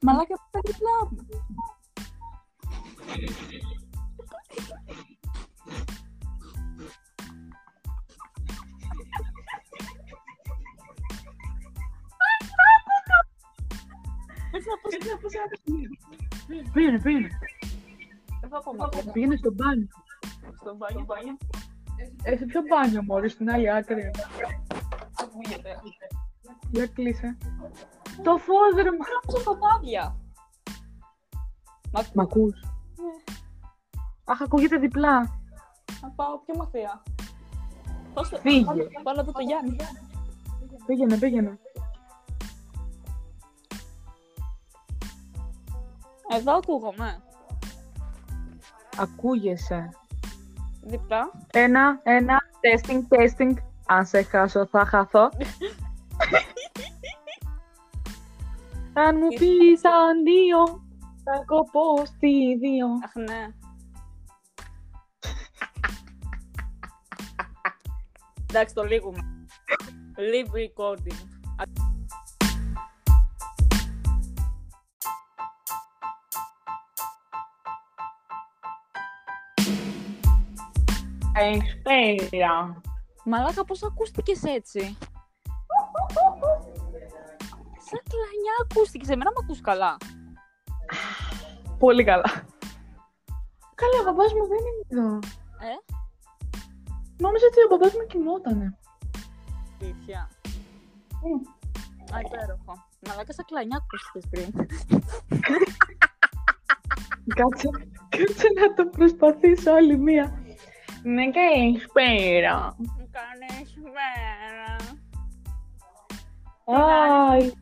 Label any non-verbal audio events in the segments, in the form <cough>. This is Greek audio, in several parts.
Μαλάκα, αυτά είναι κλαμπ. Πες να πεις, Πήγαινε, πες ένα παιχνίδι. Πήγαινε, πήγαινε. δεν θα πω μακριά. Πήγαινε στο μπάνιο. Στο μπάνιο, μπάνιο, Ε, σε ποιο μπάνιο, Μωρή, στην άλλη άκρη. ακούγεται. Για κλείσε. Το φως, ρε, μα. Κάψω φωτάδια. Μα Μ' ακούς. Ναι. Αχ, ακούγεται διπλά. να πάω πιο μακριά. Πώς το... Φύγε. Πάνω, πάνω από το Γιάννη. Πήγαινε, πήγαινε. Εδώ ακούγομαι. Ακούγεσαι. Διπλά. Ένα, ένα, testing, testing. Αν σε χάσω θα χαθώ. Αν μου πεις αν δύο, θα κοπώ στη δύο. Αχ, ναι. Εντάξει, το λίγουμε. Live recording. Καλησπέρα. Μαλάκα, πώς ακούστηκες έτσι. Σαν κλανιά ακούστηκες. Εμένα μ' ακούς καλά. Πολύ καλά. Καλά, ο μπαμπάς μου δεν είναι εδώ. Ε? Νόμιζα ότι ο μπαμπάς μου κοιμότανε. Αλήθεια. Ναι. Α, υπέροχο. Μαλάκα, σαν κλανιά ακούστηκες πριν. Κάτσε, κάτσε να το προσπαθήσω άλλη μία. Ναι, καλησπέρα. Μου κάνεις μέρα. Άι, Είστε.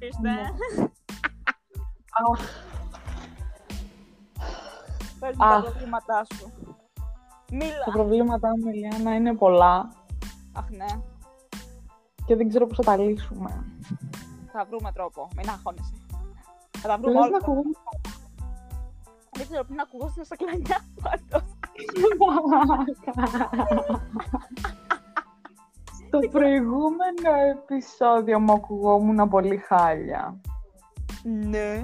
Πες μου Αχ. τα προβλήματά σου. τα Μίλα. προβλήματά μου, Ελιάνα, είναι πολλά Αχ, ναι. και δεν ξέρω πώς θα τα λύσουμε. Θα βρούμε τρόπο. Μην αγχώνεσαι. Θα τα βρούμε Λες να όλα. ακούγουμε. Δεν ξέρω πριν να ακουγόσουν στα κλανιά πάντως. Στο προηγούμενο επεισόδιο μου ακουγόμουν πολύ χάλια. Ναι.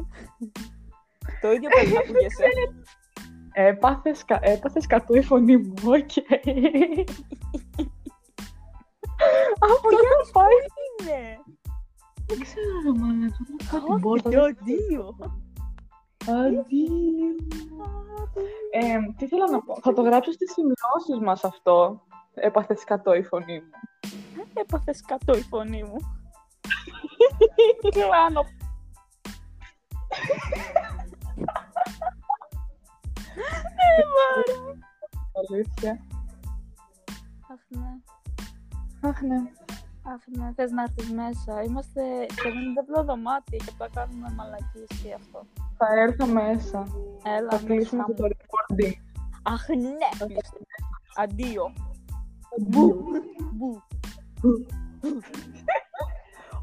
Το ίδιο πρέπει <laughs> να ακούγεσαι. Έπαθες, κα... έπαθες κατού η φωνή μου, οκ. Από για να πάει, Είναι. δεν ξέρω ρε μάνα, κάτι Το αντίο. Αντίο. Ε, τι θέλω να πω, θα το γράψω στις σημειώσεις μας αυτό. Έπαθες κατώ η φωνή μου. Έπαθες κατώ η φωνή μου. Κλάνω. Αλήθεια. Αχ ναι, Αχ, ναι. αχ ναι, θες να έρθεις μέσα. Είμαστε σε ένα διπλό δωμάτιο και απλά κάνουμε μαλακίες και αυτό. Θα έρθω μέσα. Έλα, Θα μέσα κλείσουμε και μου. το recording. Αχ ναι. Αντίο. Μπου. Μπου.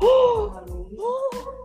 Ω! Ω!